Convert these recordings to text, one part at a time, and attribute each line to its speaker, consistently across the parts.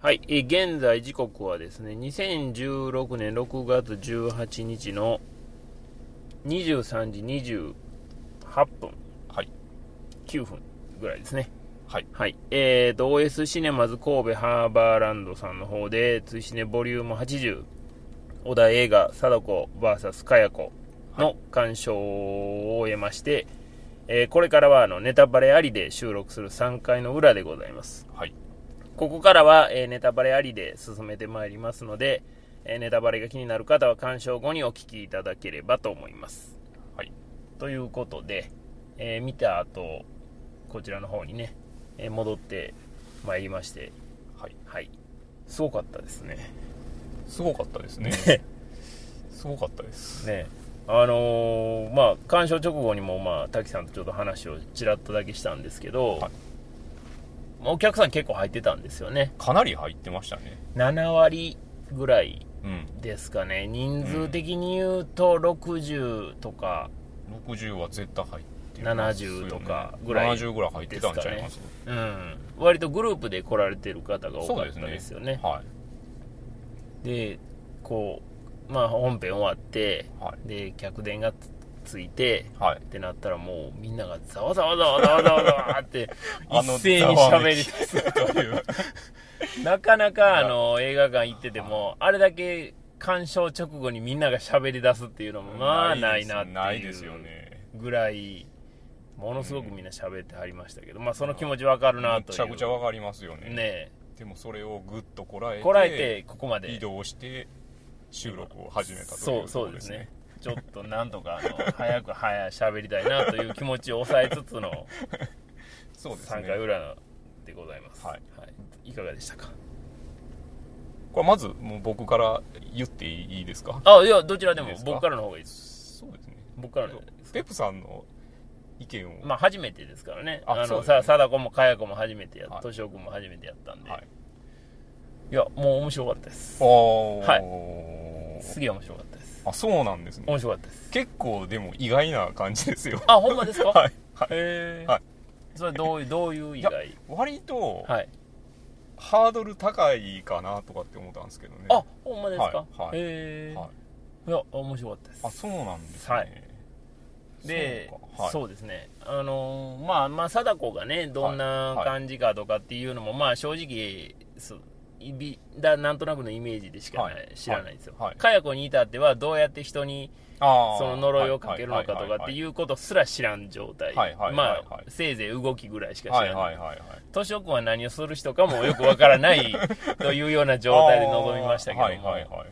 Speaker 1: はい、えー現在時刻はですね、2016年6月18日の23時28分、
Speaker 2: はい、
Speaker 1: 9分ぐらいですね。
Speaker 2: はい。
Speaker 1: はい。えーと、OS シネマズ神戸ハーバーランドさんの方で、追試ねボリューム80、小田映画、貞子 VS かや子の鑑賞を終えまして、えーこれからはあのネタバレありで収録する3回の裏でございます。
Speaker 2: はい。
Speaker 1: ここからは、えーネタバレありで進めてまいりますので、えーネタバレが気になる方は鑑賞後にお聞きいただければと思います。
Speaker 2: はい。
Speaker 1: ということで、えー見た後、こちらの方にね、えー戻ってまいりまして、
Speaker 2: はい。
Speaker 1: はい。すごかったですね。
Speaker 2: すごかったですね。すごかったです。
Speaker 1: ねあのーまあ鑑賞直後にもまあ滝さんとちょっと話をちらっとだけしたんですけど、
Speaker 2: はい
Speaker 1: まあお客さん結構入ってたんですよね
Speaker 2: かなり入ってましたね。
Speaker 1: 7割ぐらい
Speaker 2: うん。
Speaker 1: ですかね人数的に言うと60とか、
Speaker 2: 60は絶対入って
Speaker 1: 70とかぐらい
Speaker 2: 70ぐらい入ってたんちゃいます
Speaker 1: うん、割とグループで来られてる方が多かったですよね
Speaker 2: は
Speaker 1: でこうまあ本編終わって
Speaker 2: い。はい。
Speaker 1: で客電がつついて
Speaker 2: はい
Speaker 1: っ。てなったらもうみんながざわざわざわざわざわざわって
Speaker 2: あ
Speaker 1: 一
Speaker 2: の
Speaker 1: 斉に喋り出す
Speaker 2: という。
Speaker 1: なかなかあの映画館行っててもあれだけ鑑賞直後にみんなが喋り出すっていうのも まあないなっていう
Speaker 2: ないですよね。
Speaker 1: ぐらいものすごくみんな喋ってはりましたけど、まあその気持ちわかるな
Speaker 2: め
Speaker 1: という
Speaker 2: ちゃくちゃわかりますよね。
Speaker 1: ね
Speaker 2: でもそれをぐっとこらえ
Speaker 1: え
Speaker 2: て、
Speaker 1: こらえてここまで
Speaker 2: 移動して収録を始めたという
Speaker 1: そうそうですね。ちょっとなんとかあの早く早く喋りたいなという気持ちを抑えつつの
Speaker 2: そうです
Speaker 1: 3回
Speaker 2: ね。
Speaker 1: 裏でございます、
Speaker 2: はい
Speaker 1: い、いかがでしたか
Speaker 2: これまずもう僕から言っていいですか
Speaker 1: あいやどちらでも
Speaker 2: いいですか
Speaker 1: 僕からの方がいいです
Speaker 2: そうですね。
Speaker 1: 僕からの方がいいです
Speaker 2: ペップさんの意見を、
Speaker 1: まあ初めてですからね
Speaker 2: あ
Speaker 1: あ
Speaker 2: そう
Speaker 1: の
Speaker 2: です
Speaker 1: さ
Speaker 2: ね
Speaker 1: 貞子もかや子も初めてや
Speaker 2: はい
Speaker 1: 敏夫君も初めてやったんで、
Speaker 2: はいい、、
Speaker 1: やもう面白かったです
Speaker 2: おー、
Speaker 1: は
Speaker 2: はい、
Speaker 1: すげえ面白かったです
Speaker 2: あそうなんですね
Speaker 1: 面白かったです
Speaker 2: 結構でも意外な感じで すよ
Speaker 1: あほんまですか、
Speaker 2: はい、はい、
Speaker 1: へえ、
Speaker 2: はい
Speaker 1: それどういうどういう以外
Speaker 2: 割と
Speaker 1: はい
Speaker 2: ハードル高いかなとかって思ったんですけどね
Speaker 1: あほんまですか、
Speaker 2: はいはい
Speaker 1: へえ、
Speaker 2: はい
Speaker 1: い、や面白かったです
Speaker 2: あそうなんですね、
Speaker 1: はいで
Speaker 2: そう
Speaker 1: そう,、
Speaker 2: かはい
Speaker 1: ですねあのーまあまあ貞子がねどん
Speaker 2: はい
Speaker 1: な
Speaker 2: はい
Speaker 1: 感じかとかっていうのも、まあ正直すいびだなんとなくのイメージでしかない、
Speaker 2: はい
Speaker 1: 知らないですよ、
Speaker 2: はいはい
Speaker 1: かや子に至ってはどうやって人に
Speaker 2: あー
Speaker 1: その呪いをかけるのかとかって
Speaker 2: う
Speaker 1: いうことすら知らん状態
Speaker 2: はいはいはい
Speaker 1: ま
Speaker 2: はい
Speaker 1: あせいぜい動きぐらいしか知
Speaker 2: はい
Speaker 1: ら
Speaker 2: は
Speaker 1: ないい
Speaker 2: はいはい
Speaker 1: 敏夫君は何をする人かもよくわからない というような状態で臨みましたけども、
Speaker 2: はいはいはい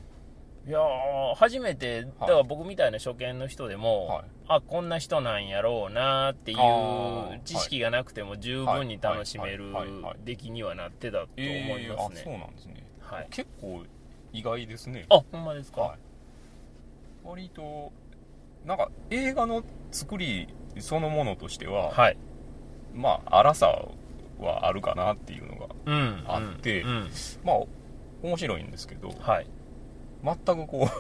Speaker 1: いやー初めてだから僕みたいな初見の人でも、
Speaker 2: はい
Speaker 1: あこんな人なんやろうなーってい
Speaker 2: あーは
Speaker 1: う
Speaker 2: い
Speaker 1: 知識がなくても十分に楽しめる
Speaker 2: はいはいはいはい
Speaker 1: 出来にはなってたと思い
Speaker 2: えー、
Speaker 1: ま
Speaker 2: あ
Speaker 1: す
Speaker 2: そう
Speaker 1: ね、
Speaker 2: なんですね
Speaker 1: はい、
Speaker 2: 結構意外ですね
Speaker 1: あほんまですか、
Speaker 2: はい、割となんか映画の作りそのものとしては、
Speaker 1: はい
Speaker 2: まあ荒さはあるかなっていうのが
Speaker 1: うん
Speaker 2: あって
Speaker 1: うんうん
Speaker 2: まあ面白いんですけど
Speaker 1: はい
Speaker 2: 全くこう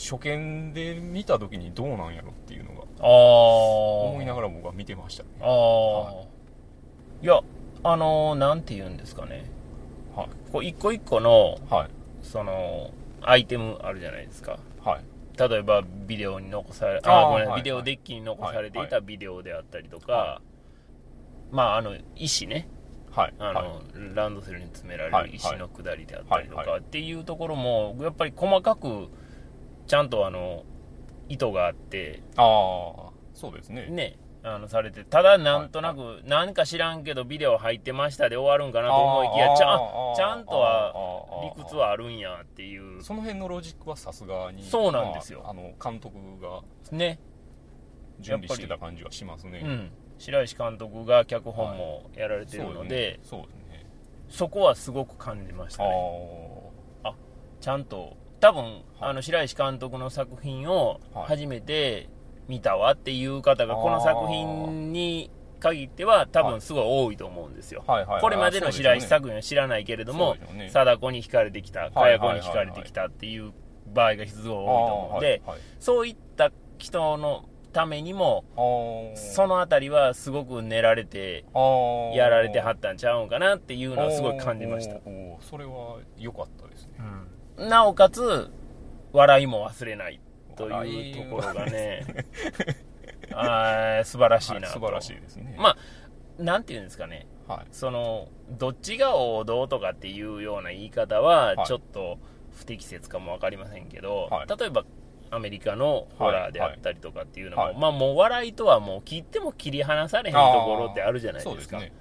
Speaker 2: 初見で見た時にどうなんやろっていうのが
Speaker 1: ああ思
Speaker 2: 思いながら僕は見てましたね
Speaker 1: ああ、い、やあのーなんて言うんですかね
Speaker 2: はい
Speaker 1: こう一個一個の
Speaker 2: はい
Speaker 1: そのアイテムあるじゃないですか
Speaker 2: はい
Speaker 1: 例えばビデオに残されあ
Speaker 2: あー
Speaker 1: ごめんな
Speaker 2: は
Speaker 1: さ
Speaker 2: い
Speaker 1: いビデオデッキに残されてい
Speaker 2: はいは
Speaker 1: たビデオであったりとか、
Speaker 2: は
Speaker 1: まああの石ね
Speaker 2: はい
Speaker 1: あ
Speaker 2: はい
Speaker 1: の、ランドセルに詰めら
Speaker 2: は
Speaker 1: れ
Speaker 2: い
Speaker 1: る
Speaker 2: はい
Speaker 1: 石の下りであったりとか、
Speaker 2: はいは
Speaker 1: っていうところもやっぱり細かくちゃんとあの意図があって
Speaker 2: ああそうですね
Speaker 1: ねあのされてただなんとなく、なんか知らんけどビデオ入ってましたで終わるんかなと思いきやちゃんちゃんと
Speaker 2: は
Speaker 1: 理屈はあるんやっていう
Speaker 2: その辺のロジックはさすがに
Speaker 1: そうなんですよ
Speaker 2: まあ、あの監督が
Speaker 1: ね
Speaker 2: 準備してた感じはしますね、
Speaker 1: うん、白石監督が脚本もやられて
Speaker 2: そ
Speaker 1: る
Speaker 2: うです
Speaker 1: ので、
Speaker 2: ねそうですね
Speaker 1: そこはすごく感じました
Speaker 2: あ
Speaker 1: ねちゃんと多分、あの白石監督の作品を
Speaker 2: はい
Speaker 1: 初めて見たわっていう方が
Speaker 2: あー
Speaker 1: この作品に限っては多
Speaker 2: は
Speaker 1: 分
Speaker 2: い
Speaker 1: すごい多いと思うんですよ、
Speaker 2: あはいはいはい
Speaker 1: これまでの白石
Speaker 2: そう
Speaker 1: 作品は知らないけれ
Speaker 2: で
Speaker 1: ど
Speaker 2: す
Speaker 1: も
Speaker 2: よねそうですよね
Speaker 1: 貞子に惹かれてきた
Speaker 2: い
Speaker 1: かや子に惹かれてきたっていう場合が非常に多いと思うので、
Speaker 2: あーはいはい
Speaker 1: そういった人のためにも、
Speaker 2: あー
Speaker 1: そのあたりはすごく練られて、
Speaker 2: あー
Speaker 1: やられてはったんちゃうんかなっていうのはすごい感じました
Speaker 2: お。ーおーそれは良かったですね
Speaker 1: なおかつ、笑いも忘れないというところがね、あー素晴らしい
Speaker 2: は
Speaker 1: なと
Speaker 2: 素晴らしいですね
Speaker 1: まあ、なんていうんですかね、
Speaker 2: はい
Speaker 1: その、どっちが王道とかっていうような言い方は
Speaker 2: は、い
Speaker 1: ちょっと不適切かもわかりませんけど、
Speaker 2: はい
Speaker 1: 例えば、アメリカのホラーであったりとかっていうのも、
Speaker 2: はいはい
Speaker 1: まあもう笑いとはもう切っても切り離されへんところってあるじゃないですか。
Speaker 2: そうですね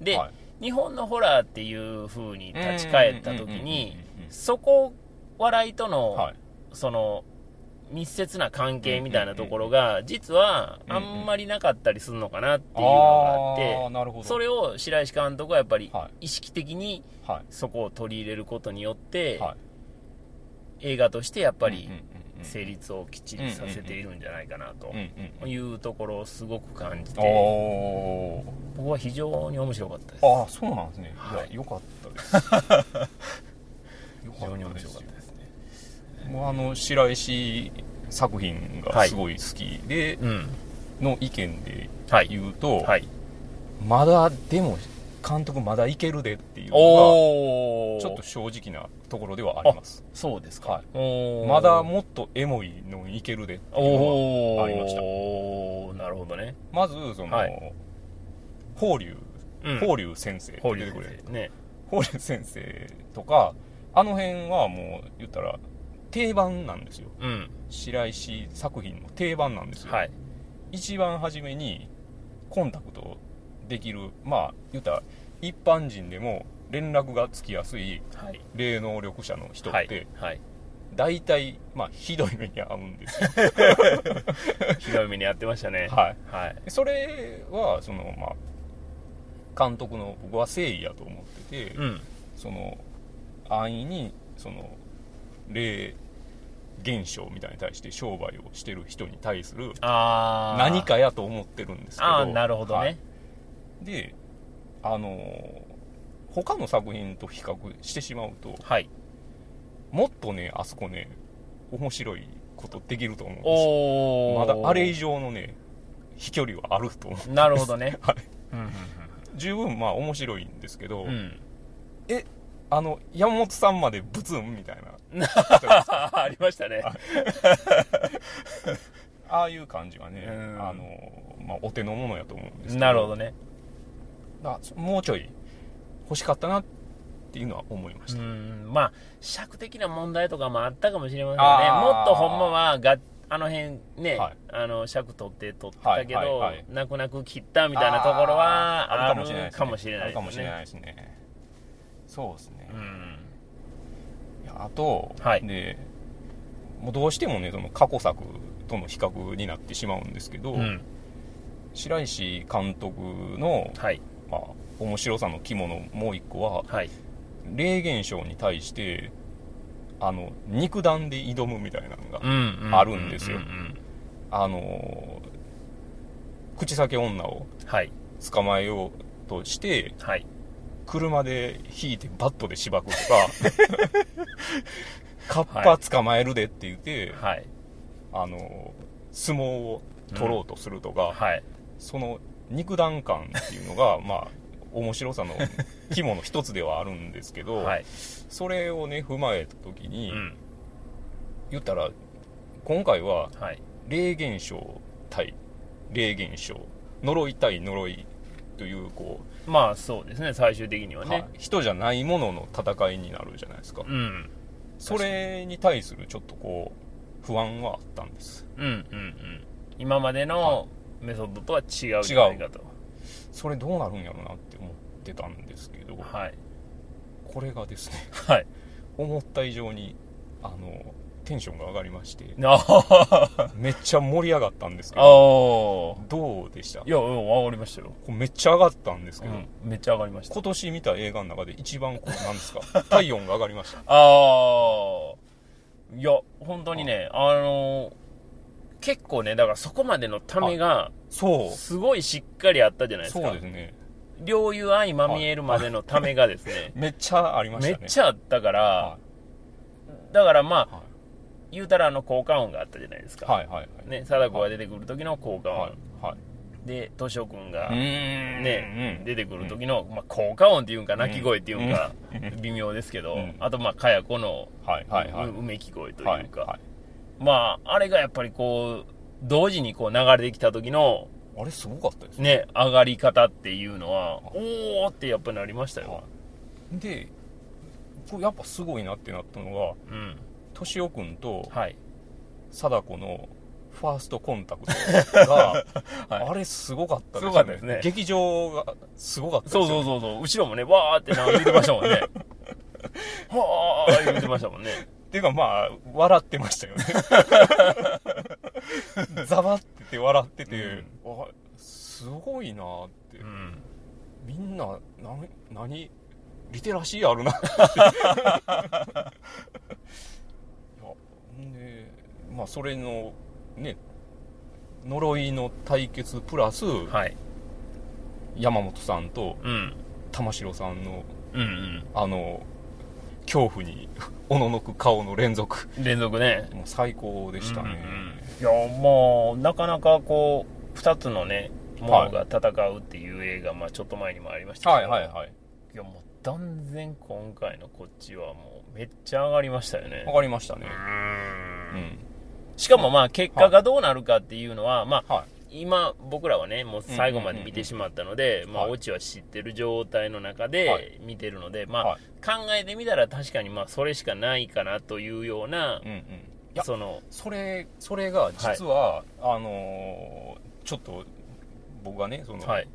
Speaker 1: で、
Speaker 2: はい
Speaker 1: 日本のホラーっていう風に立ち返った時に
Speaker 2: うんうんうんうんうん
Speaker 1: そこ笑いとの、
Speaker 2: はい
Speaker 1: その密接な関係みたいなところが実はあんまりなかったりするのかなっていうのがあって、
Speaker 2: ーなるほど
Speaker 1: それを白石監督はやっぱり
Speaker 2: は
Speaker 1: 意識的に
Speaker 2: は
Speaker 1: そこを取り入れることによって、
Speaker 2: いはいやっ
Speaker 1: 映画としてやっぱり成立をきっちりさせているんじゃないかな
Speaker 2: うんうん
Speaker 1: と
Speaker 2: うん
Speaker 1: いうところをすごく感じて
Speaker 2: おー
Speaker 1: 僕は非常に面白かったです
Speaker 2: ああそうなんですねい
Speaker 1: は
Speaker 2: や
Speaker 1: い
Speaker 2: 良かったです 良
Speaker 1: 非常に面白かった
Speaker 2: で
Speaker 1: ですね
Speaker 2: すもうあの白石作品がすごい好きで
Speaker 1: うん
Speaker 2: の意見で
Speaker 1: はい
Speaker 2: 言うと
Speaker 1: はい
Speaker 2: まだでも監督まだいけるでっていうのが
Speaker 1: おお
Speaker 2: ちょっと正直なところではあります
Speaker 1: そうですか、
Speaker 2: はい
Speaker 1: おー
Speaker 2: まだもっとエモいのいけるでっていうのは
Speaker 1: おー
Speaker 2: ありました
Speaker 1: なるほどね
Speaker 2: まずその、
Speaker 1: は
Speaker 2: 法隆
Speaker 1: うん
Speaker 2: 法隆先生って
Speaker 1: 法
Speaker 2: 出て
Speaker 1: 隆
Speaker 2: くる
Speaker 1: 先生ね
Speaker 2: 法隆先生とかあの辺はもう言ったら定番なんですよ
Speaker 1: うん
Speaker 2: 白石作品の定番なんですよ、
Speaker 1: はい
Speaker 2: 一番初めにコンタクトできるまあ言ったら一般人でも連絡がつきやすい
Speaker 1: はい
Speaker 2: 霊能力者の人って、
Speaker 1: はい、はい、
Speaker 2: 大体、まあ、ひどい目に遭う んですよ、
Speaker 1: ひどい目にやってましたね
Speaker 2: はい、
Speaker 1: はい
Speaker 2: それはそのまあ監督の僕は誠意やと思ってて、
Speaker 1: うん
Speaker 2: その安易にその霊現象みたいに対して商売をしてる人に対する
Speaker 1: ああ
Speaker 2: 何かやと思ってるんですけど
Speaker 1: ああなるほどね、
Speaker 2: はいであのー他の作品と比較してしまうと
Speaker 1: はい、
Speaker 2: もっとねあそこね面白いことできると思うんですよ
Speaker 1: お
Speaker 2: ま
Speaker 1: お
Speaker 2: だあれ以上のね飛距離 はあると思う
Speaker 1: なるほどね
Speaker 2: はい
Speaker 1: うんうん
Speaker 2: 十分まあ面白いんですけど、
Speaker 1: うんうん
Speaker 2: あの山本さんまでブツンみたいな
Speaker 1: ありましたね
Speaker 2: ああいう感じはね、
Speaker 1: うん
Speaker 2: あのまあ、お手の物やと思うんですけど
Speaker 1: なるほどね
Speaker 2: だもうちょい欲しかったなっていうのは思いまし
Speaker 1: う
Speaker 2: た、
Speaker 1: んまあ尺的な問題とかもあったかもしれませんね
Speaker 2: あー
Speaker 1: もっとほんまはがあの辺ね、
Speaker 2: はい
Speaker 1: あの尺取って取ってたけど、
Speaker 2: はいはいはい
Speaker 1: 泣く泣く切ったみたいなところはあるかもしれ
Speaker 2: あ
Speaker 1: な
Speaker 2: る
Speaker 1: い
Speaker 2: か
Speaker 1: で
Speaker 2: もし
Speaker 1: す
Speaker 2: れ
Speaker 1: ね
Speaker 2: ないですねそうですね
Speaker 1: う、ん
Speaker 2: いやあと、
Speaker 1: はい
Speaker 2: でもうどうしてもねその過去作との比較になってしまうんですけど、
Speaker 1: うん
Speaker 2: 白石監督の、
Speaker 1: はい
Speaker 2: まあ、面白さの肝のもう一個は
Speaker 1: はい
Speaker 2: 霊現象に対してあの肉弾で挑むみたいなのが、
Speaker 1: うんう
Speaker 2: あるんですよ
Speaker 1: ううん
Speaker 2: あの口裂け女を
Speaker 1: はい
Speaker 2: 捕まえようとして
Speaker 1: はい
Speaker 2: 車で引いてバットでしばくとかカッパ捕まえるでって言って、
Speaker 1: はい
Speaker 2: あの相撲を取ろうとするとか、
Speaker 1: はい
Speaker 2: その肉弾感っていうのが まあ面白さの肝の一つではあるんですけど、
Speaker 1: はい
Speaker 2: それをね踏まえた時
Speaker 1: う
Speaker 2: に、
Speaker 1: ん
Speaker 2: 言ったら今回は
Speaker 1: はい
Speaker 2: 霊現象対霊現象呪い対呪いというこ
Speaker 1: まあそうですね最終的に
Speaker 2: う、
Speaker 1: はね、
Speaker 2: は人じゃないものの戦いになるじゃないですか、
Speaker 1: うん
Speaker 2: それに対するちょっとこう不安はあったんです
Speaker 1: うんうんうん今までのメソッドとは違うじゃないかと
Speaker 2: それどうなるんやろうなって思ってたんですけど、
Speaker 1: はい
Speaker 2: これがですね
Speaker 1: はい
Speaker 2: 思った以上にあのテンションが上がりまして
Speaker 1: あー
Speaker 2: めっちゃ盛り上がったんですけど
Speaker 1: あ
Speaker 2: どうでした
Speaker 1: いや、うん、上がりましたよ。
Speaker 2: こうめっちゃ上がったんですけど、
Speaker 1: めっちゃ上がりました。
Speaker 2: 今年見た映画の中で一番こうなんですか 体温が上がりました
Speaker 1: ああ。いや、本当にね、あのー結構ね、だからそこまでのためが、
Speaker 2: そう
Speaker 1: すごいしっかりあったじゃないです
Speaker 2: そう
Speaker 1: か
Speaker 2: で。すね
Speaker 1: 両友相まみえるまでのためがですね、
Speaker 2: めっちゃありまし
Speaker 1: め
Speaker 2: たね
Speaker 1: っちゃあったから、
Speaker 2: は
Speaker 1: だからま
Speaker 2: い
Speaker 1: あ、
Speaker 2: は
Speaker 1: 言うたらあの効果音があったじゃないですか、
Speaker 2: はいはいはい
Speaker 1: ね貞子が出てくる時の効果音、
Speaker 2: はいはい
Speaker 1: で敏夫君
Speaker 2: う
Speaker 1: が
Speaker 2: ーん
Speaker 1: ね、
Speaker 2: うん
Speaker 1: 出てくる時の、まあ、効果音っていうんか鳴き声っていうんか、
Speaker 2: う
Speaker 1: 微妙ですけど、
Speaker 2: うん
Speaker 1: あとまあかや子の、
Speaker 2: はいはいはいう
Speaker 1: うめき声というか、
Speaker 2: はいは
Speaker 1: まああれがやっぱりこう同時にこう流れてきた時の
Speaker 2: いあれすごかったですね
Speaker 1: ね上がり方っていうのはおおってやっぱりなりましたよ
Speaker 2: は、いでこれやっぱすごいなってなったのが
Speaker 1: うん
Speaker 2: 敏夫君と
Speaker 1: はい
Speaker 2: 貞子のファーストコンタクトが、
Speaker 1: はい
Speaker 2: あれすごかった
Speaker 1: すごかったですね
Speaker 2: 劇場がすごかったです
Speaker 1: そう
Speaker 2: よ
Speaker 1: そうそうそう後ろもねわーってなんか言ってましたもんねはー言ってましたもんね
Speaker 2: っていうかまあ笑ってましたよ ねざわってて笑ってて、わすごいなって、
Speaker 1: うん
Speaker 2: みんな何何リテラシーあ るなっていやほんでまあそれのね呪いの対決プラス、
Speaker 1: はい
Speaker 2: 山本さんと
Speaker 1: うん
Speaker 2: 玉城さんの
Speaker 1: うん
Speaker 2: あの恐怖に おののく顔の連続
Speaker 1: うん連続ね
Speaker 2: もう最高でしたね、
Speaker 1: うんうんうんいやもうなかなかこう2つのねものが戦うっていう映画、まあちょっと前にもありましたけど、
Speaker 2: はい
Speaker 1: いやもう断然今回のこっちはもうめっちゃ上がりましたよね
Speaker 2: わかりましたね
Speaker 1: う
Speaker 2: うんん
Speaker 1: しかもまあ結果がどうなるかっていうのは、まあ
Speaker 2: はい
Speaker 1: 今僕らはねもう最後まで見てしまったので、まあ
Speaker 2: はい
Speaker 1: オチは知ってる状態の中
Speaker 2: は
Speaker 1: で見てるので、まあ
Speaker 2: はい
Speaker 1: 考えてみたら確かにまあそれしかないかなというような
Speaker 2: うん、うんいや
Speaker 1: その
Speaker 2: それそれが実は、あのーちょっと僕がねその、
Speaker 1: はい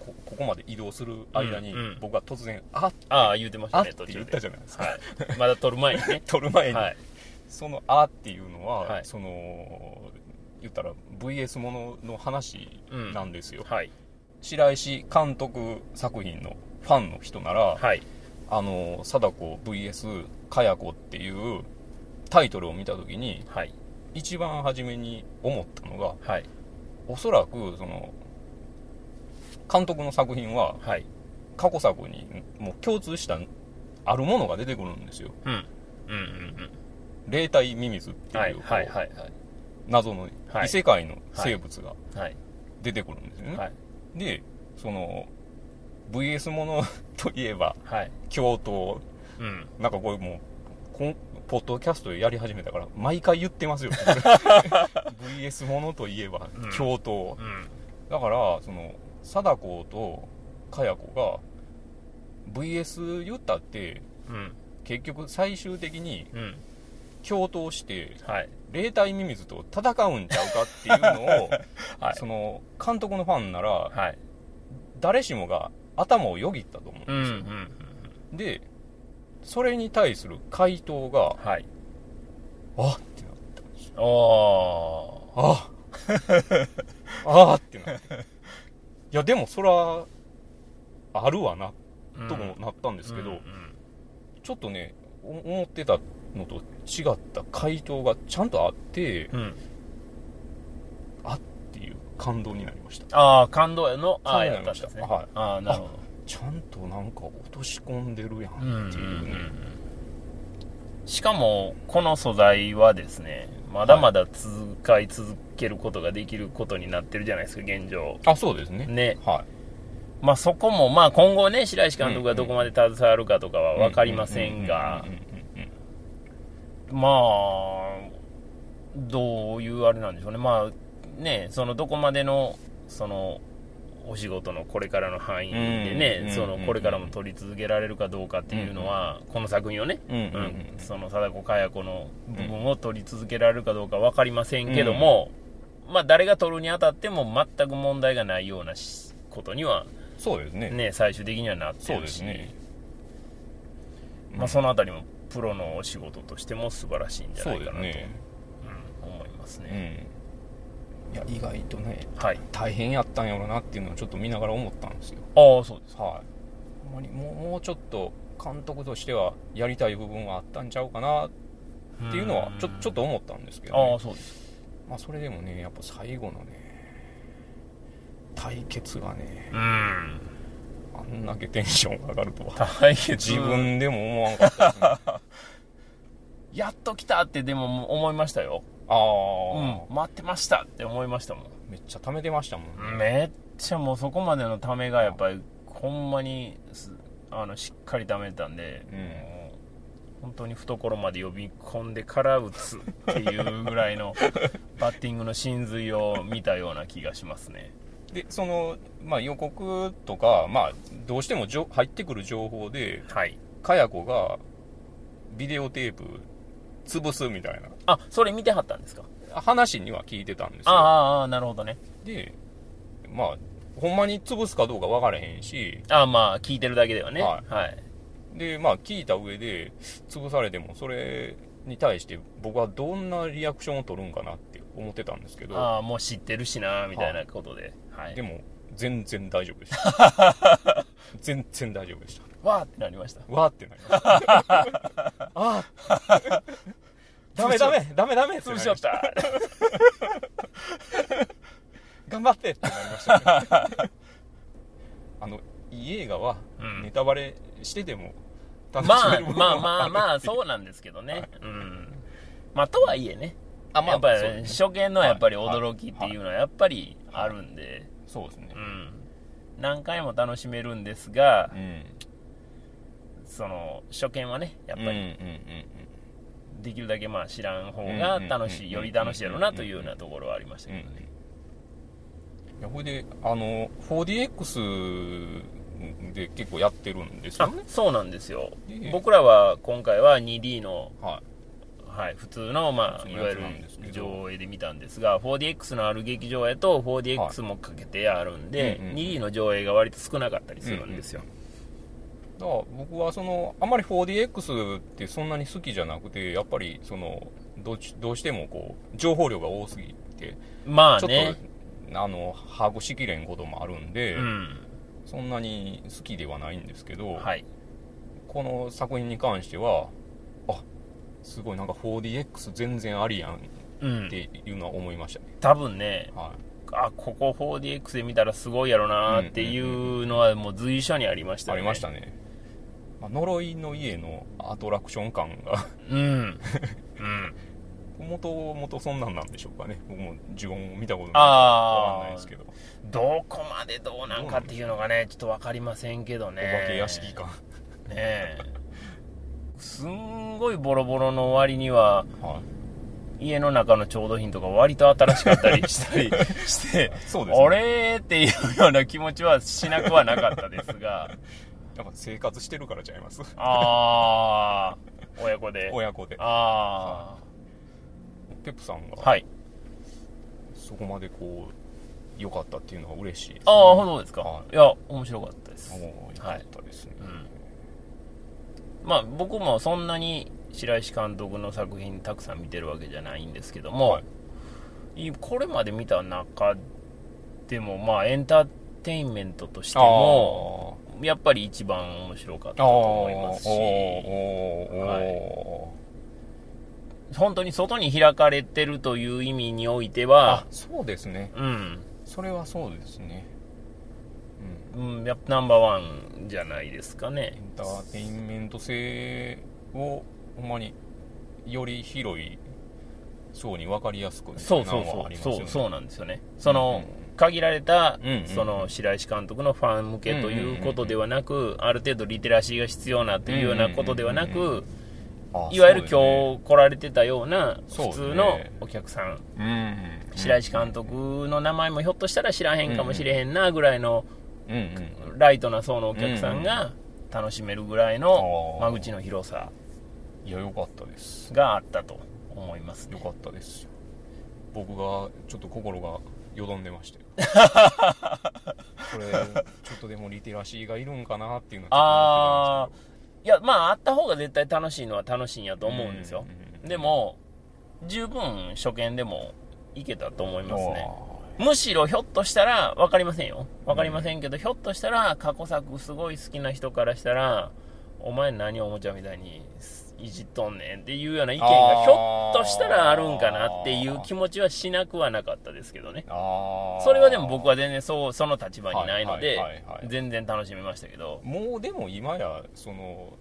Speaker 2: こここまで移動する間に、
Speaker 1: うんうん
Speaker 2: 僕が突然「あっ」
Speaker 1: ああ言うてました
Speaker 2: あっ
Speaker 1: ね
Speaker 2: って
Speaker 1: 途
Speaker 2: 言
Speaker 1: 中
Speaker 2: っ
Speaker 1: で
Speaker 2: たじゃないですか、
Speaker 1: はい、まだ撮る前にね
Speaker 2: 撮る前に、
Speaker 1: はい
Speaker 2: その「あ」っていうのは、
Speaker 1: はい
Speaker 2: その言ったら VS ものの話なんですよ、
Speaker 1: はい
Speaker 2: 白石監督作品のファンの人なら、
Speaker 1: はい
Speaker 2: あの貞子 VS かや子っていうタイトルを見た時に
Speaker 1: はい
Speaker 2: 一番初めに思ったのが
Speaker 1: はい
Speaker 2: おそらくその監督の作品は
Speaker 1: はい
Speaker 2: 過去作にもう共通したあるものが出てくるんですよ
Speaker 1: うんうんうん
Speaker 2: 霊体ミミズって、
Speaker 1: うんはいいうはい
Speaker 2: こ
Speaker 1: はいう
Speaker 2: 謎の
Speaker 1: はい
Speaker 2: 異世界の生物が
Speaker 1: はい
Speaker 2: 出てくるんですよね、
Speaker 1: はい
Speaker 2: でその VS ものといえば
Speaker 1: はい
Speaker 2: 京都
Speaker 1: うん
Speaker 2: なんかこれもうこんポッドキャストやり始めたから毎回言ってます よ VS ものといえば
Speaker 1: うん
Speaker 2: 京都、
Speaker 1: うん
Speaker 2: だからその貞子と佳代子が VS 言ったって
Speaker 1: うん
Speaker 2: 結局最終的に
Speaker 1: うん
Speaker 2: 共闘して
Speaker 1: はい
Speaker 2: 霊体ミミズと戦うんちゃうかっていうのを、
Speaker 1: はい
Speaker 2: その監督のファンなら
Speaker 1: はい
Speaker 2: 誰しもが頭をよぎったと思う
Speaker 1: うんんうん
Speaker 2: ですよ、
Speaker 1: うん
Speaker 2: でそれに対する回答が
Speaker 1: はい
Speaker 2: あってなったんですよ
Speaker 1: おお
Speaker 2: あああってなっていやでもそらあるわな
Speaker 1: ー
Speaker 2: ともなったんですけど、
Speaker 1: うんうん
Speaker 2: ちょっとねお思ってたのと違った回答がちゃんとあって
Speaker 1: うん
Speaker 2: あっていう感動になりました
Speaker 1: ああ感動のああ
Speaker 2: 感動
Speaker 1: や
Speaker 2: に
Speaker 1: った
Speaker 2: なりま
Speaker 1: ん
Speaker 2: し
Speaker 1: で
Speaker 2: た
Speaker 1: すね
Speaker 2: はい
Speaker 1: ああなるほど
Speaker 2: ちゃんとなんか落とし込んでるやん
Speaker 1: うんうんう
Speaker 2: っていうね、
Speaker 1: んしかもこの素材はですねまだまだ続かい続けることができることになってるじゃないですか現状
Speaker 2: あそうですね
Speaker 1: ね
Speaker 2: は
Speaker 1: まあそこもまあ今後ね白石監督がどこまで携わるかとかはい分かりませんが
Speaker 2: うんうんうんうん
Speaker 1: まあどういうあれなんでしょうねまあねそのどこまでのそのお仕事のこれからの範囲で
Speaker 2: うんうんうんう
Speaker 1: ね
Speaker 2: ん
Speaker 1: そのこれからも撮り続けられるかどうかっていうのはこの作品をね
Speaker 2: うんうんうん
Speaker 1: うんその貞子かや子の部分を取り続けられるかどうか分かりませんけども、まあ誰が取るにあたっても全く問題がないようなしことには
Speaker 2: そうですね
Speaker 1: ね最終的にはなって
Speaker 2: そう
Speaker 1: る
Speaker 2: で
Speaker 1: し
Speaker 2: すね、
Speaker 1: まあ、そのあたりもプロのお仕事としても素晴らしいんじゃな
Speaker 2: そ
Speaker 1: いう
Speaker 2: で
Speaker 1: か
Speaker 2: す
Speaker 1: なと、
Speaker 2: ね
Speaker 1: うん思います
Speaker 2: うん
Speaker 1: ね、
Speaker 2: いや意外とね
Speaker 1: はい
Speaker 2: 大変やったんやろなっていうのをちょっと見ながら思ったんですよ
Speaker 1: ああそうです
Speaker 2: はいほんまにもうもうちょっと監督としてはやりたい部分はあったんちゃうかなっていうのはちょちょっと思ったんですけど、
Speaker 1: あ
Speaker 2: ね
Speaker 1: あそうです
Speaker 2: まあ、それでもねやっぱ最後のね対決がね
Speaker 1: うん
Speaker 2: あんだけテンションが上がるとは
Speaker 1: 大変
Speaker 2: 自分でも思わんかったですねい
Speaker 1: やっと来たってでももう思いましたよ、
Speaker 2: あ
Speaker 1: う
Speaker 2: あ
Speaker 1: ん、、待ってましたって思いましたも
Speaker 2: めっちゃ貯めてましたも
Speaker 1: ん
Speaker 2: んね、
Speaker 1: めっちゃもうそこまでのためがやっぱりほんまにすあのしっかりためたんで、
Speaker 2: うん
Speaker 1: もう本当に懐まで呼び込んでから打つっていうぐらい のバッティングの真髄を見たような気がしますね
Speaker 2: でその、まあ、予告とか、まあ、どうしてもじょ入ってくる情報で
Speaker 1: はい
Speaker 2: かや子がビデオテープ潰すみたい
Speaker 1: あそれ見てはったんですか
Speaker 2: な話には聞いてたんです
Speaker 1: あ
Speaker 2: よ
Speaker 1: あああなるほどね
Speaker 2: でまあほんまに潰すかどうか分からへんし
Speaker 1: ああまあ聞いてるだけではねは、
Speaker 2: はいでまあ聞いた上で潰されてもそれに対して僕はどんなリアクションを取るんかなって思ってたんですけど
Speaker 1: ああもう知ってるしなみたいなことで、はい
Speaker 2: で
Speaker 1: も
Speaker 2: も全然大丈夫でした 全然大丈夫でした
Speaker 1: わーってなりました
Speaker 2: わーってなりました あーダメダメダメダメって
Speaker 1: 潰
Speaker 2: なり
Speaker 1: しよ
Speaker 2: ま
Speaker 1: っ
Speaker 2: した
Speaker 1: た
Speaker 2: 頑張ってってなりましたねあのいい映画は
Speaker 1: うん
Speaker 2: ネタバレしてても楽し
Speaker 1: ま
Speaker 2: め
Speaker 1: あ
Speaker 2: るもの
Speaker 1: まあまあまあ
Speaker 2: う
Speaker 1: そうなんですけどね、うんまあとはいえね
Speaker 2: あまあ
Speaker 1: やっぱり、
Speaker 2: そうですね
Speaker 1: 初見のやっぱり驚きっていうのはやっぱりあるんで、
Speaker 2: そうですね
Speaker 1: うん何回も楽しめるんですが
Speaker 2: う、ん
Speaker 1: その初見はねやっぱ
Speaker 2: うんうん
Speaker 1: りできるだけまあ知らん方
Speaker 2: う
Speaker 1: が
Speaker 2: んうん
Speaker 1: 楽し
Speaker 2: う
Speaker 1: い
Speaker 2: ん
Speaker 1: より楽しいやろうなというようなところはありました
Speaker 2: うんうん
Speaker 1: けどね、
Speaker 2: いやほいであの 4DX で結構やってるんですよ
Speaker 1: あ
Speaker 2: ね
Speaker 1: そうなんですよ
Speaker 2: ええ
Speaker 1: 僕らは今回は 2D の
Speaker 2: は
Speaker 1: はい、普通の、まあ、
Speaker 2: 普
Speaker 1: い
Speaker 2: 通の
Speaker 1: わ
Speaker 2: や
Speaker 1: ゆ
Speaker 2: つ
Speaker 1: る
Speaker 2: なんですけど
Speaker 1: 上映で見たんですが 4DX のある劇場やと 4DX もかけてあるんで、
Speaker 2: うんうんうん
Speaker 1: 2D の上映が割と少なかったりするんですよ、
Speaker 2: いだから僕はそのあまり 4DX ってそんなに好きじゃなくてやっぱりそのどうちどうしてもこう情報量が多すぎて
Speaker 1: まあ
Speaker 2: ちょっと、
Speaker 1: ね
Speaker 2: あの把握しきれんこともあるんで、
Speaker 1: うん
Speaker 2: そんなに好きではないんですけど、
Speaker 1: はい
Speaker 2: この作品に関してはあすごいなんか 4DX 全然ありやんっ
Speaker 1: うん、
Speaker 2: ていうのは思いましたね、
Speaker 1: 多分ね
Speaker 2: は
Speaker 1: あここ 4DX で見たらすごいやろなっていうのはもう随所にありまし
Speaker 2: い、
Speaker 1: た
Speaker 2: あ
Speaker 1: よ
Speaker 2: り
Speaker 1: ね
Speaker 2: ましたね、まあ呪いの家のアトラクション感が
Speaker 1: うん、うん、
Speaker 2: もともとそんなんなんでしょうかね僕も呪音を見たことないわかんな
Speaker 1: あ
Speaker 2: い
Speaker 1: あ
Speaker 2: ですけど、お化
Speaker 1: どこまでどうなんかっていうのがねちょっと分かりませんけどね
Speaker 2: け屋敷感、
Speaker 1: ねえすんごいボロボロの割には
Speaker 2: はい、
Speaker 1: 家の中の調度品とか割と新しかったりした りして、
Speaker 2: そうですね
Speaker 1: あれーっていうような気持ちはしなくはなかったです が、
Speaker 2: やっぱ生活してるからちゃいます
Speaker 1: あー、親子で。
Speaker 2: 親子で
Speaker 1: あ
Speaker 2: ペップさんが
Speaker 1: ー、はい。
Speaker 2: そこまでこう良かったっていうのは嬉しいですね、
Speaker 1: あー、そうですか
Speaker 2: は。
Speaker 1: いや、面白かったです。
Speaker 2: もう良かったですね、
Speaker 1: はいうんまあ僕もそんなに白石監督の作品たくさん見てるわけじゃないんですけども、
Speaker 2: はい
Speaker 1: いこれまで見た中でもまあエンターテインメントとしても、やっぱり一番面白かった
Speaker 2: あー
Speaker 1: と思いますし
Speaker 2: おー、おーお
Speaker 1: 本当に外に開かれてるという意味において
Speaker 2: ー
Speaker 1: は
Speaker 2: あ、そうですね
Speaker 1: うん、
Speaker 2: それはそうですねうん
Speaker 1: うん、やっぱナンバーワンじゃないですか
Speaker 2: エ
Speaker 1: ね
Speaker 2: ンターテインメント性をほんまにより広い層に分かりやすくみた
Speaker 1: そ
Speaker 2: いうな
Speaker 1: そう
Speaker 2: の
Speaker 1: そ
Speaker 2: はあ
Speaker 1: う
Speaker 2: りますよ
Speaker 1: そ
Speaker 2: ね
Speaker 1: うそうなんですよねその
Speaker 2: うんうん
Speaker 1: 限られた
Speaker 2: うんうんうん
Speaker 1: その白石監督のファン向けということではなくある程度リテラシーが必要なというようなことではな
Speaker 2: うんうん
Speaker 1: く
Speaker 2: あ
Speaker 1: いわゆる
Speaker 2: そうですね
Speaker 1: 今日来られてたような
Speaker 2: そ
Speaker 1: 普
Speaker 2: うですね
Speaker 1: 通のお客さん
Speaker 2: うん
Speaker 1: 白石監督の名前もひょっとしたら知らへんかもしれへんなぐらいの
Speaker 2: うんうん
Speaker 1: ライトな層のお客さんが楽しめるぐらいの
Speaker 2: あー
Speaker 1: 間口の広さ
Speaker 2: いや良かったです
Speaker 1: があったと思います
Speaker 2: 良かったです僕がちょっと心がよどんでましてこれちょっとでもリテラシーがいるんかなっていうの
Speaker 1: あ
Speaker 2: はちょっと思ってたんですけど
Speaker 1: ーいやまああった方が絶対楽しいのは楽しいんやと思うんですよ
Speaker 2: うんうんうん
Speaker 1: でも十分初見でもいけたと思いますねむしろひょっとしたら分かりませんよ分かりませんけどひょっとしたら過去作すごい好きな人からしたらお前何おもちゃみたいにいじっとんねんっていうような意見が
Speaker 2: あー
Speaker 1: ひょっとしたらあるんかなっていう気持ちはしなくはなかったですけどね
Speaker 2: あー
Speaker 1: それはでも僕は全然そうその立場にないので
Speaker 2: はいはいはいはい
Speaker 1: 全然楽しめましたけど
Speaker 2: もうでも今やその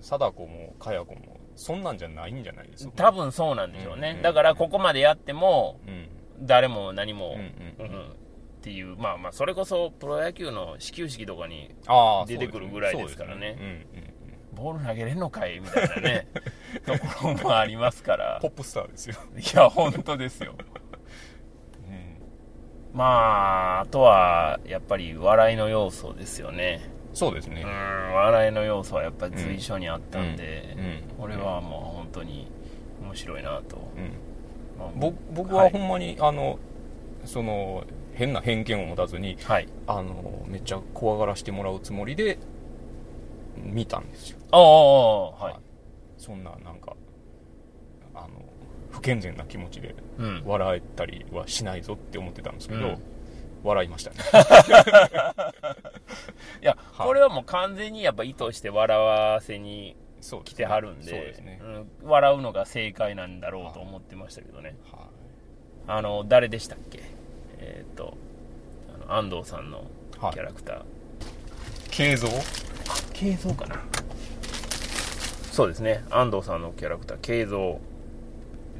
Speaker 2: 貞子も佳代子もそんなんじゃないんじゃないですか
Speaker 1: 多分そうなんでしょうね、
Speaker 2: うんうん
Speaker 1: だからここまでやっても
Speaker 2: うん
Speaker 1: 誰も何
Speaker 2: う
Speaker 1: も
Speaker 2: ん、
Speaker 1: う
Speaker 2: うんん
Speaker 1: うんっていうまあまあそれこそプロ野球の始球式とかに
Speaker 2: ああ
Speaker 1: 出てくるぐらいですからね
Speaker 2: そうですねうんうんうん
Speaker 1: ボール投げれんのかいみたいな ねところもありますから
Speaker 2: ポップスターですよ、
Speaker 1: いや本当ですよまああとはやっぱり笑いの要素ですよね
Speaker 2: そうですね
Speaker 1: う、ん笑いの要素はやっぱり随所にあったんで、
Speaker 2: うん
Speaker 1: これはもう本当に面白いなと、
Speaker 2: うん、
Speaker 1: まあ
Speaker 2: ぼ僕はほんまに、あのその変な偏見を持たずに
Speaker 1: はい
Speaker 2: あのめっちゃ怖がらしてもらうつもりで見たんですよ
Speaker 1: ああはい
Speaker 2: そんななんかあの不健全な気持ちで
Speaker 1: うん
Speaker 2: 笑えたりはしないぞって思ってたんですけど、
Speaker 1: うん
Speaker 2: 笑いました ね
Speaker 1: いや、
Speaker 2: はい
Speaker 1: これはもう完全にやっぱ意図して笑わせに
Speaker 2: そう
Speaker 1: 来てはるんで
Speaker 2: そうですね、
Speaker 1: うん笑うのが正解なんだろうと思ってましたけどね、
Speaker 2: は
Speaker 1: あの誰でしたっけえーっ、とあの安藤さんの
Speaker 2: い
Speaker 1: キャ
Speaker 2: はい
Speaker 1: ラクター、
Speaker 2: 敬蔵
Speaker 1: 慶三かなそうですね安藤さんのキャラクター慶三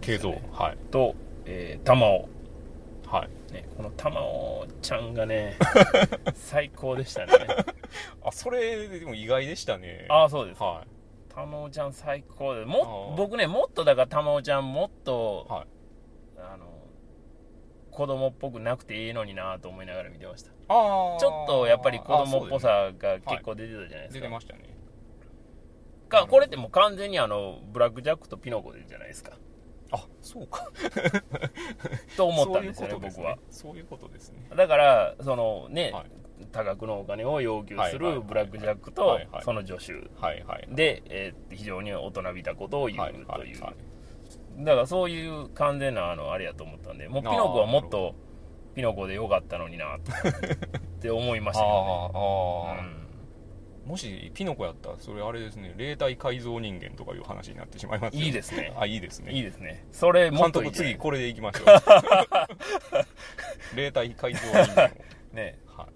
Speaker 2: 敬蔵はい
Speaker 1: と、えー、玉緒
Speaker 2: はい
Speaker 1: ね、この玉緒ちゃんが ね最高でしたね
Speaker 2: あそれでも意外でしたね
Speaker 1: ああそうです
Speaker 2: は
Speaker 1: 玉緒ちゃん最高でも
Speaker 2: あー
Speaker 1: 僕ねもっとだから玉緒ちゃんもっと、
Speaker 2: はい
Speaker 1: あの子供っぽくなくていいのになと思いながら見てました
Speaker 2: いああ
Speaker 1: ちょっとやっぱり子供っぽ
Speaker 2: あ
Speaker 1: さが結構出てたじゃない
Speaker 2: そう
Speaker 1: です
Speaker 2: ですね出て
Speaker 1: か,、
Speaker 2: ましたね
Speaker 1: かこれってもう完全にあのブラック・ジャックとピノコでじゃないですか
Speaker 2: あそうか
Speaker 1: と思ったんですよね僕は
Speaker 2: そういうことですね
Speaker 1: だからそのね、
Speaker 2: はい
Speaker 1: 多額のお金を要求す
Speaker 2: はいはいはい
Speaker 1: る
Speaker 2: はい
Speaker 1: ブラック・ジャック
Speaker 2: は
Speaker 1: と
Speaker 2: いはい
Speaker 1: その助手
Speaker 2: はいはい
Speaker 1: で、えー非常に大人びたことを言う
Speaker 2: はい
Speaker 1: と
Speaker 2: はいいうはい
Speaker 1: だからそういう完全なあのあれやと思ったんでもうピノコはもっとピノコでよかったのになってって思いま
Speaker 2: あ
Speaker 1: し
Speaker 2: ー
Speaker 1: たよ
Speaker 2: あー、
Speaker 1: ね、
Speaker 2: もしピノコやったらそれあれですね霊体改造人間とかいう話になってしまいます
Speaker 1: うん
Speaker 2: よ
Speaker 1: いいですね
Speaker 2: あいいですね
Speaker 1: いいですねそれもっ
Speaker 2: 監
Speaker 1: といいじゃな
Speaker 2: 督
Speaker 1: い
Speaker 2: 次これでいきましょう 霊体改造人間を
Speaker 1: ね
Speaker 2: は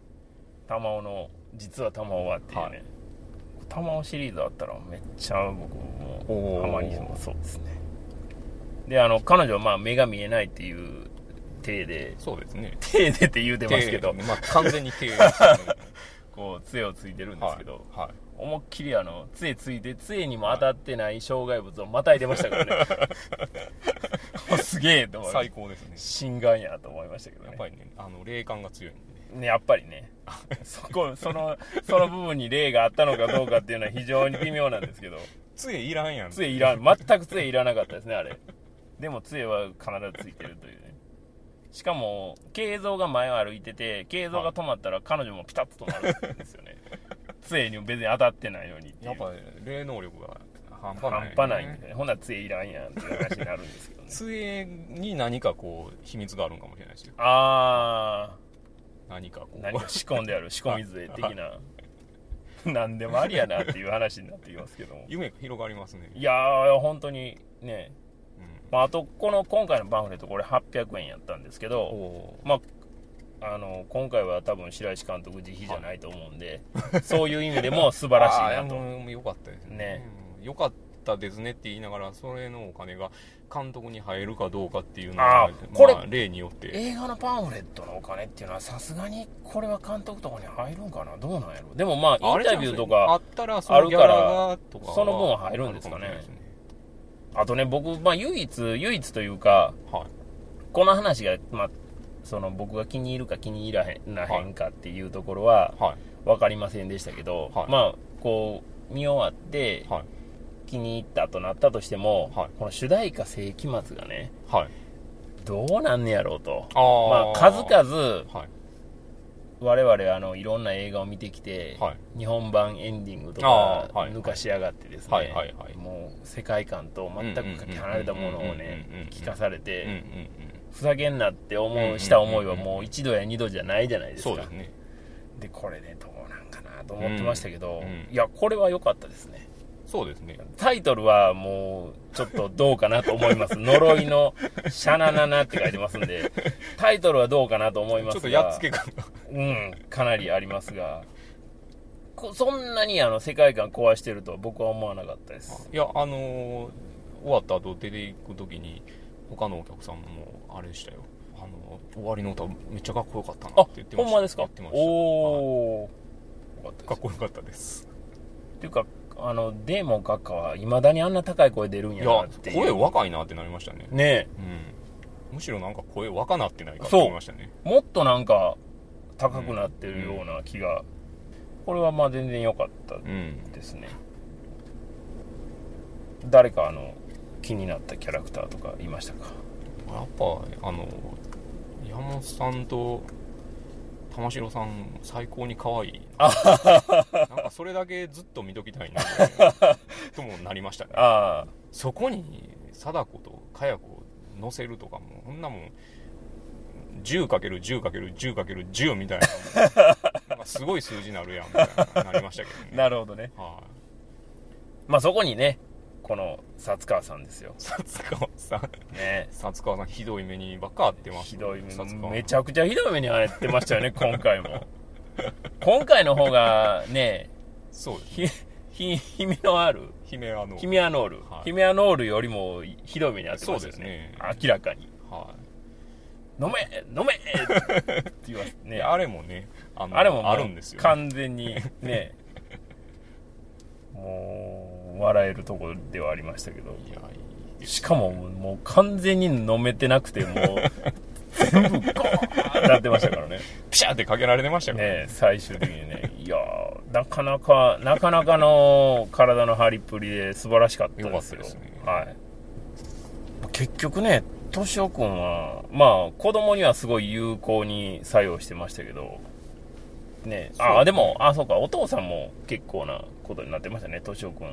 Speaker 1: 玉緒の実は玉緒はっていうね、
Speaker 2: はい
Speaker 1: 玉緒シリーズあったらめっちゃ僕も
Speaker 2: おー
Speaker 1: ハマりもそうですねであの彼女はまあ目が見えないっていう体で
Speaker 2: いそうですね
Speaker 1: 体でって言うてますけど
Speaker 2: 手まあ、完全に手ですねはい
Speaker 1: こう杖をついてるんですけど、
Speaker 2: はい
Speaker 1: 思いっきりあの杖ついて杖にも当たってない障害物をまたいでました からね おすげえと思いま
Speaker 2: 最
Speaker 1: した
Speaker 2: 高ですね
Speaker 1: 心眼やと思いましたけど
Speaker 2: や
Speaker 1: ね
Speaker 2: っぱりねあの霊感が強いんでね
Speaker 1: ねやっぱりね そこそのその部分に例があったのかどうかっていうのは非常に微妙なんですけど
Speaker 2: 杖いらんやん
Speaker 1: 杖いらん全く杖いらなかったですねあれでも杖は必ずついてるというねしかも慶三が前を歩いてて慶三が止まったら彼女もピタッと止まるんですよね杖にも別に当たってないのにっていう
Speaker 2: やっぱ霊能力が半端ない、
Speaker 1: 半端ないんでねほんなら杖いらんやんっていう話になるんですけどね
Speaker 2: 杖に何かこう秘密があるんかもしれないですよ
Speaker 1: あ
Speaker 2: 何かこ
Speaker 1: あ
Speaker 2: う
Speaker 1: 何か仕込んである仕込み杖的 な何でもありやなっていう話になってきますけども
Speaker 2: 夢が広がりますね
Speaker 1: いやー本当にね、
Speaker 2: うん
Speaker 1: まあ、あとこの今回のパンフレットこれ800円やったんですけど
Speaker 2: お
Speaker 1: まああの今回は多分白石監督自費じゃないと思うん で、そういう意味でも素晴らしいなと
Speaker 2: とよかったですね
Speaker 1: ね
Speaker 2: うんよかったですねって言いながらそれのお金が監督に入るかどうかっていうの
Speaker 1: あ
Speaker 2: が
Speaker 1: ーこれ
Speaker 2: まあ、例によって
Speaker 1: 映画のパンフレットのお金っていうのはさすがにこれは監督とかに入るんかなどうなんやろでもまあインタビューと
Speaker 2: あ
Speaker 1: か
Speaker 2: ったらそのギャラがとかは
Speaker 1: その分は入るんですかね
Speaker 2: あるもしれないで
Speaker 1: あとね僕、まあ、唯一唯一というか
Speaker 2: すはい
Speaker 1: この話が、まあ、その僕が気に入るか気に入らへんなへんかっていうところは
Speaker 2: はい
Speaker 1: 分かりませんでしたけど、
Speaker 2: はい
Speaker 1: まあこう見終わって
Speaker 2: はい
Speaker 1: 気に入ったとなったとしても、
Speaker 2: はい
Speaker 1: この主題歌世紀末がね
Speaker 2: はい
Speaker 1: どうなんねやろうと
Speaker 2: あー
Speaker 1: まあ数々
Speaker 2: はい
Speaker 1: 我々あのいろんな映画を見てきて、
Speaker 2: はい
Speaker 1: 日本版エンディングとか
Speaker 2: あーはい
Speaker 1: 抜かしやがってですね、
Speaker 2: はいはいはい
Speaker 1: もう世界観と全くかけ離れたものをね
Speaker 2: うんうんうんうんうんうんうん
Speaker 1: 聞かされ
Speaker 2: うんうん
Speaker 1: て
Speaker 2: う
Speaker 1: ふざけんなって思
Speaker 2: うんうんうんう
Speaker 1: うんした思いはもう一度や二度じゃないじゃないで
Speaker 2: ん
Speaker 1: すか
Speaker 2: そうですね
Speaker 1: でこれでどうなんかなと思ってましたけど、
Speaker 2: うんうん
Speaker 1: いやこれは良かったですね
Speaker 2: そうですね
Speaker 1: タイトルはもうちょっとどうかなと思います 呪いのシャナナナって書いてますんでタイトルはどうかなと思いますが
Speaker 2: ちょっとやっつけ感が
Speaker 1: うん、かなりありますが、こそんなにあの世界観壊してるとは僕は思わなかったです
Speaker 2: いやあのー終わった後出ていく時に他のお客さんもあれでしたよあの終わりの歌めっちゃかっこよかったな
Speaker 1: あ
Speaker 2: って言ってまし
Speaker 1: ほ
Speaker 2: た
Speaker 1: んまですか
Speaker 2: 言ってましたはい
Speaker 1: おお、よかったで
Speaker 2: か
Speaker 1: す
Speaker 2: っこよかったです
Speaker 1: っていうかあのデーモン閣下はいまだにあんな高い声出るん
Speaker 2: い
Speaker 1: や
Speaker 2: や
Speaker 1: なっていう
Speaker 2: 声若いなってなりましたね、
Speaker 1: ね
Speaker 2: うん、むしろなんか声若なってないかって思いましたね
Speaker 1: えもっとなんか高くなってるような気が、これはまあ全然良かった
Speaker 2: うん
Speaker 1: ですね誰かあの気になったキャラクターとかいましたか
Speaker 2: やっぱあの山本さんと玉城さん最高に可愛いなんかそれだけずっと見ときたいな ともなりましたね
Speaker 1: ああ
Speaker 2: そこに貞子と佳代子を乗せるとかもうこんなもん 10×10×10×10 みたいななんかすごい数字なるやんみたいななりましたけどね
Speaker 1: なるほどね
Speaker 2: はい
Speaker 1: まあそこにねこの薩川さんですよ
Speaker 2: 薩川さん
Speaker 1: ね
Speaker 2: 薩川さんひどい目にばっかあってます
Speaker 1: ひどい目
Speaker 2: 薩川
Speaker 1: めちゃくちゃひどい目に遭ってましたよね今回も今回の方がね
Speaker 2: そうですね
Speaker 1: ひひ姫のある
Speaker 2: 姫あの
Speaker 1: ヒメアノール、
Speaker 2: はい
Speaker 1: ヒメアノールよりもひどい目に遭って
Speaker 2: そ
Speaker 1: ま
Speaker 2: う
Speaker 1: した
Speaker 2: で
Speaker 1: よ
Speaker 2: す
Speaker 1: ね
Speaker 2: ね
Speaker 1: 明らかに
Speaker 2: は
Speaker 1: 「飲め飲め!」って言わせて
Speaker 2: い、
Speaker 1: ね
Speaker 2: あれもねあの
Speaker 1: あれももう
Speaker 2: あるんですよ、
Speaker 1: 完全にねもう笑えるとこではありましたけど
Speaker 2: いやいいです
Speaker 1: しかももう完全に飲めてなくてもう全部ゴーってなってましたからね
Speaker 2: ピシャーってかけられてましたからね
Speaker 1: ね最終的にねいやーなかなかなかなかの体の張りっぷりで素晴らしかったですよ
Speaker 2: よかったですね
Speaker 1: はい、結局ね敏夫君はまあ子供にはすごい有効に作用してましたけどね
Speaker 2: そう
Speaker 1: ああでもあそうかお父さんも結構なことになってましたね敏夫君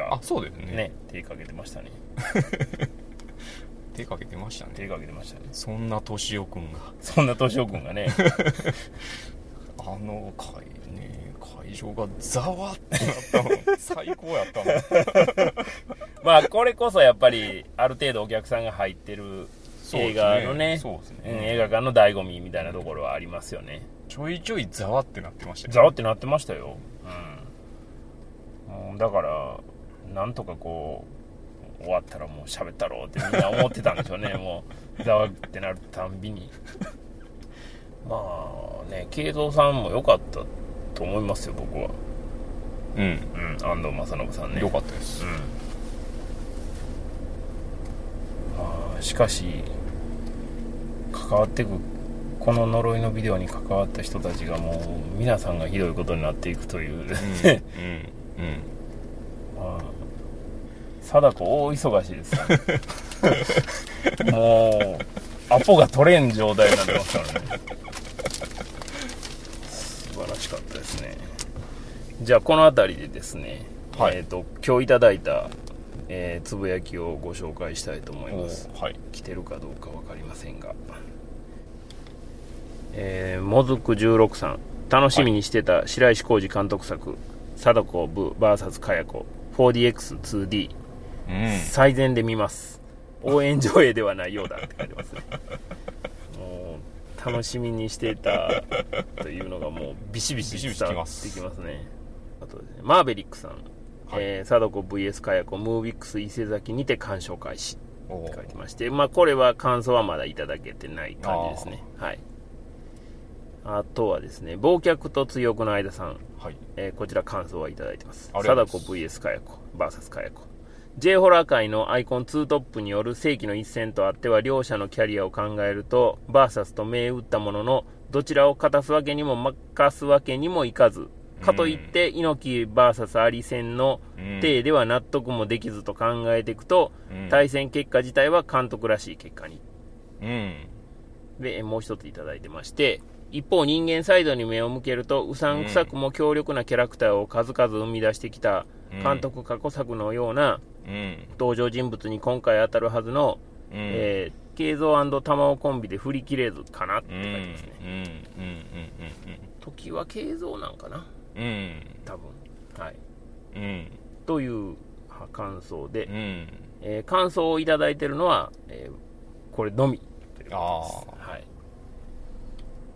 Speaker 2: あ
Speaker 1: が
Speaker 2: そうですね
Speaker 1: ね手かけてましたね
Speaker 2: 手かけてましたね
Speaker 1: 手かけてましたね
Speaker 2: そんな敏夫君が
Speaker 1: そんな敏夫君がね
Speaker 2: あの会ね会場がざわってなったの最高 やったの
Speaker 1: まあこれこそやっぱりある程度お客さんが入ってる映画のね
Speaker 2: そうですね
Speaker 1: うん映画館の醍醐味みたいなところはありますよね
Speaker 2: ちょいちょいざわってなってましたよ
Speaker 1: ザワってなってましたようんもうだからなんとかこう終わったらもう喋ったろうってみんな思ってたんでしょうねもうザワってなるたんびに まあね慶三さんも良かったと思いますよ僕は
Speaker 2: うん
Speaker 1: うん安藤正信さんね
Speaker 2: よかったです
Speaker 1: まあしかし関わってくこの呪いのビデオに関わった人たちがもう皆さんがひどいことになっていくという、
Speaker 2: うんうんうん
Speaker 1: まあ貞子大忙しいですよねもうアポが取れん状態になってますからね素晴らしかったですねじゃあこの辺りでですね、
Speaker 2: はい
Speaker 1: えっ、と今日いただいた、えーつぶやきをご紹介したいと思い
Speaker 2: お
Speaker 1: ます
Speaker 2: ーはい
Speaker 1: 来てるかどうか分かりませんがえーもずく16さん楽しみにしてた白石浩二監督作「貞子ブ VS かや子 4DX2D
Speaker 2: うん」
Speaker 1: 最善で見ます応援上映ではないようだって書いてますね もう楽しみにしてたというのがもうビシビシ伝わってきますねあとですねマーベリックさん「
Speaker 2: はい
Speaker 1: えー貞子 VS かや子ムービックス伊勢崎にて鑑賞開始」
Speaker 2: お
Speaker 1: って書い
Speaker 2: ー
Speaker 1: てまして、まあ、これは感想はまだいただけてない感じですねはいあとはですね「忘却と追憶の間さん
Speaker 2: はい」
Speaker 1: えーこちら感想はいただいてます
Speaker 2: ありがとう
Speaker 1: 貞
Speaker 2: ござ
Speaker 1: 子
Speaker 2: います
Speaker 1: VS かや子 VS かや子 J ホラー界のアイコン2トップによる世紀の一戦とあっては両者のキャリアを考えると VS と銘打ったもののどちらを勝たすわけにも負かすわけにもいかずかといって猪木 VS アリ戦の
Speaker 2: うん
Speaker 1: 体では納得もできずと考えていくと、
Speaker 2: うん
Speaker 1: 対戦結果自体は監督らしい結果に。
Speaker 2: うん
Speaker 1: で、えもう一ついただいてまして、一方人間サイドに目を向けると、うさんくさくも強力なキャラクターを数々生み出してきた、
Speaker 2: うん
Speaker 1: 監督過去作のような
Speaker 2: うん
Speaker 1: 登場人物に今回当たるはずの、
Speaker 2: うん
Speaker 1: えー、慶三玉尾コンビで振り切れずかなって
Speaker 2: う
Speaker 1: 書いう
Speaker 2: ん
Speaker 1: て
Speaker 2: ん
Speaker 1: ますね。時は慶三なんかな
Speaker 2: うんうんうん
Speaker 1: 多分。はい。
Speaker 2: うん
Speaker 1: という感想で
Speaker 2: う、ん
Speaker 1: えー感想をいただいてるのは、えーこれのみということです
Speaker 2: あ
Speaker 1: はい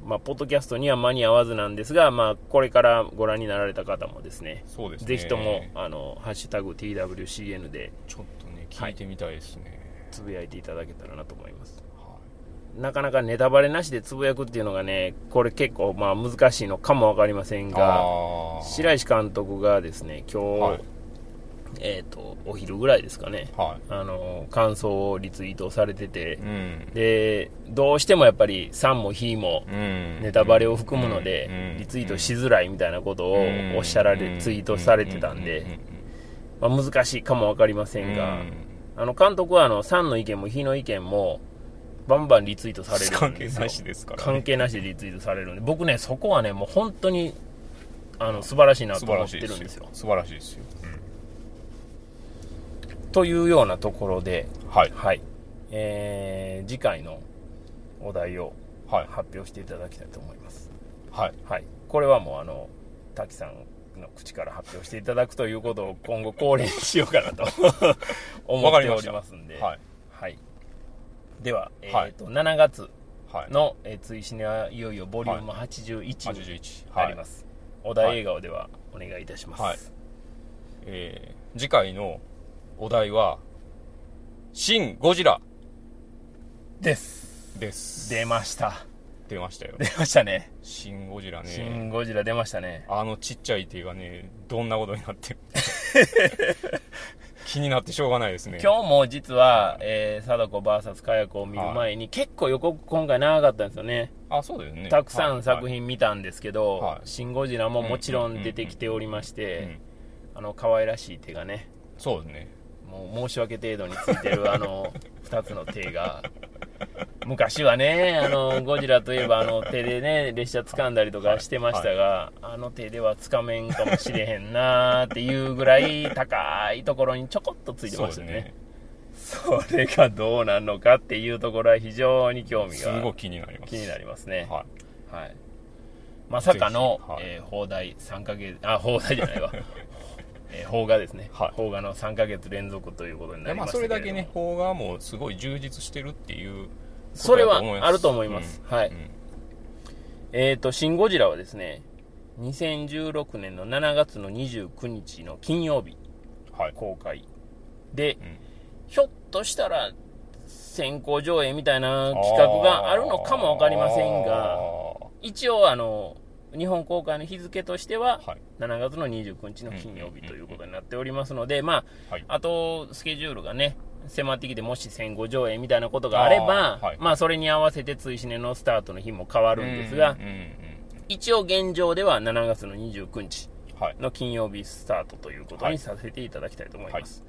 Speaker 1: まあ、ポッドキャストには間に合わずなんですが、まあ、これからご覧になられた方もですね、
Speaker 2: そうですね
Speaker 1: ぜひとも、あの、ハッシュタグ TWCN で
Speaker 2: ちょっとね聞いてみたいですね、
Speaker 1: つぶやいていただけたらなと思います。
Speaker 2: は
Speaker 1: なかなかネタバレなしでつぶやくっていうのがね、これ結構、まあ、難しいのかもわかりません
Speaker 2: い
Speaker 1: が、
Speaker 2: あー
Speaker 1: 白石監督がですね、今日、
Speaker 2: はい
Speaker 1: えっ、と、お昼ぐらいですかね、
Speaker 2: は
Speaker 1: あの、感想をリツイートされてて
Speaker 2: い、うん
Speaker 1: で、どうしてもやっぱり、3も非も、
Speaker 2: うん
Speaker 1: ネタバレを含むので、
Speaker 2: うん
Speaker 1: リツイートしづらいみたいなことをおっしゃられ、
Speaker 2: うん
Speaker 1: ツイートされてたん
Speaker 2: う
Speaker 1: で、まあ、難しいかもわかりませ
Speaker 2: うんん
Speaker 1: が、
Speaker 2: うん
Speaker 1: あの監督はあの3の意見も非の意見もバンバンリツイートされる
Speaker 2: 関
Speaker 1: ん
Speaker 2: 係
Speaker 1: ですよ
Speaker 2: なしですから、
Speaker 1: 関係なしでリツイートされるんで僕ねそこはねもう本当にあの素晴らしいなと
Speaker 2: 素晴
Speaker 1: 思
Speaker 2: ら
Speaker 1: っ
Speaker 2: していで
Speaker 1: るんですす
Speaker 2: よ
Speaker 1: よ
Speaker 2: 素晴らしいですよ、
Speaker 1: というようなところで
Speaker 2: はい
Speaker 1: はいえー、次回のお題を
Speaker 2: はい
Speaker 1: 発表していただきたいと思います
Speaker 2: はい
Speaker 1: はい、これはもうあの滝さんの口から発表していただくということを今後恒例にしようかなと思っておりますんで、
Speaker 2: はい
Speaker 1: はいでは、え
Speaker 2: はい
Speaker 1: ーと7月
Speaker 2: はい
Speaker 1: の「えー、追試にはいよいよボリューム81に
Speaker 2: 81
Speaker 1: なり
Speaker 2: は
Speaker 1: ま
Speaker 2: い
Speaker 1: す、お題映画ではお願いいたします、
Speaker 2: はいえー次回のお題は「シン・ゴジラ
Speaker 1: です」
Speaker 2: です
Speaker 1: 出ました
Speaker 2: 出ましたよ
Speaker 1: 出ましたね
Speaker 2: 「シン・ゴジラ
Speaker 1: 「
Speaker 2: ね」
Speaker 1: シン・ゴジラ」出ましたね
Speaker 2: あのちっちゃい手がねどんなことになってる気になってしょうがないですね
Speaker 1: 今日も実は、えー、貞子 VS カヤ子を見る前に、結構予告今回長かったんですよね
Speaker 2: あそうだよね
Speaker 1: たくさん作
Speaker 2: はい
Speaker 1: 品見たんですけど「
Speaker 2: はい
Speaker 1: シン・ゴジラ」ももちろん出てきておりまし
Speaker 2: はいうん
Speaker 1: て、あの可愛らしい手がね
Speaker 2: そうですね
Speaker 1: もう申し訳程度についてるあ の2つの手が昔はねあのゴジラといえばあの手でね列車掴んだりとかしてましたが、あの手では掴めんかもしれへんなーっていうぐらい高いところにちょこっとついて
Speaker 2: そ
Speaker 1: ま
Speaker 2: うで
Speaker 1: し
Speaker 2: す
Speaker 1: た
Speaker 2: ね
Speaker 1: ねそれがどうなるのかっていうところは非常に興味
Speaker 2: す
Speaker 1: が
Speaker 2: ごい気になります
Speaker 1: 気になりますね、
Speaker 2: は
Speaker 1: はい、まさかの
Speaker 2: ぜひ、はい
Speaker 1: えー放題3ヶ月あ放題じゃない わえー邦画ですね、
Speaker 2: はい
Speaker 1: 邦画の3ヶ月連続ということに
Speaker 2: い
Speaker 1: な
Speaker 2: で
Speaker 1: りま
Speaker 2: まあ
Speaker 1: した
Speaker 2: そ
Speaker 1: けれ
Speaker 2: れ
Speaker 1: ども
Speaker 2: だけね邦画もすごい充実してるっていう
Speaker 1: それは
Speaker 2: ことだ
Speaker 1: あると思います、はい、
Speaker 2: うん
Speaker 1: えっ、と「シン・ゴジラ」はですね2016年の7月の29日の金曜日
Speaker 2: はい
Speaker 1: 公開で、
Speaker 2: うん
Speaker 1: ひょっとしたら先行上映みたいな企画があるのかも分かりません
Speaker 2: あ
Speaker 1: が一応あの日本公開の日付としては
Speaker 2: ーはい
Speaker 1: 7月の29日の金曜日ということになっておりますので、ま
Speaker 2: はい
Speaker 1: あ、あとスケジュールがね、迫ってきて、もし戦後上映みたいなことがあれば、
Speaker 2: あーはい
Speaker 1: まあ、それに合わせて、追試ねのスタートの日も変わ
Speaker 2: あ
Speaker 1: るんですが、
Speaker 2: うんうん
Speaker 1: 一応現状では7月の29日
Speaker 2: うんはい
Speaker 1: の金曜日スタートということ
Speaker 2: は
Speaker 1: に
Speaker 2: い
Speaker 1: させていただきたいと思います。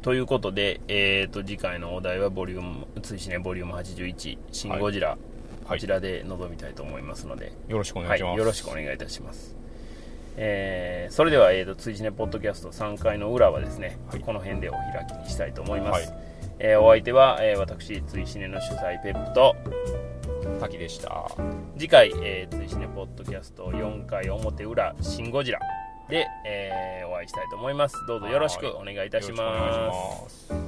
Speaker 1: ということで、えー、と次回のお題はボリューム、追試ねボリューム81、シン・ゴジラ、
Speaker 2: は
Speaker 1: こち
Speaker 2: い
Speaker 1: らで臨みたいと思いますので、
Speaker 2: よろしくお願
Speaker 1: はいい、
Speaker 2: します
Speaker 1: よろしくお願いいたします。えーそれでは、えーと、追試ねポッドキャスト3回の裏はですね、
Speaker 2: はい
Speaker 1: この辺でお開きにしたいと思います。
Speaker 2: は
Speaker 1: えーお相手は、えー私、追試ねの主催ペップと、
Speaker 2: 滝でした
Speaker 1: 次回、えー、追試ねポッドキャスト4回表裏、シン・ゴジラで、えーお会いしたいと思います。どうぞよろしくお願いいたし
Speaker 2: よろ
Speaker 1: ま
Speaker 2: く
Speaker 1: す
Speaker 2: お願いし。ます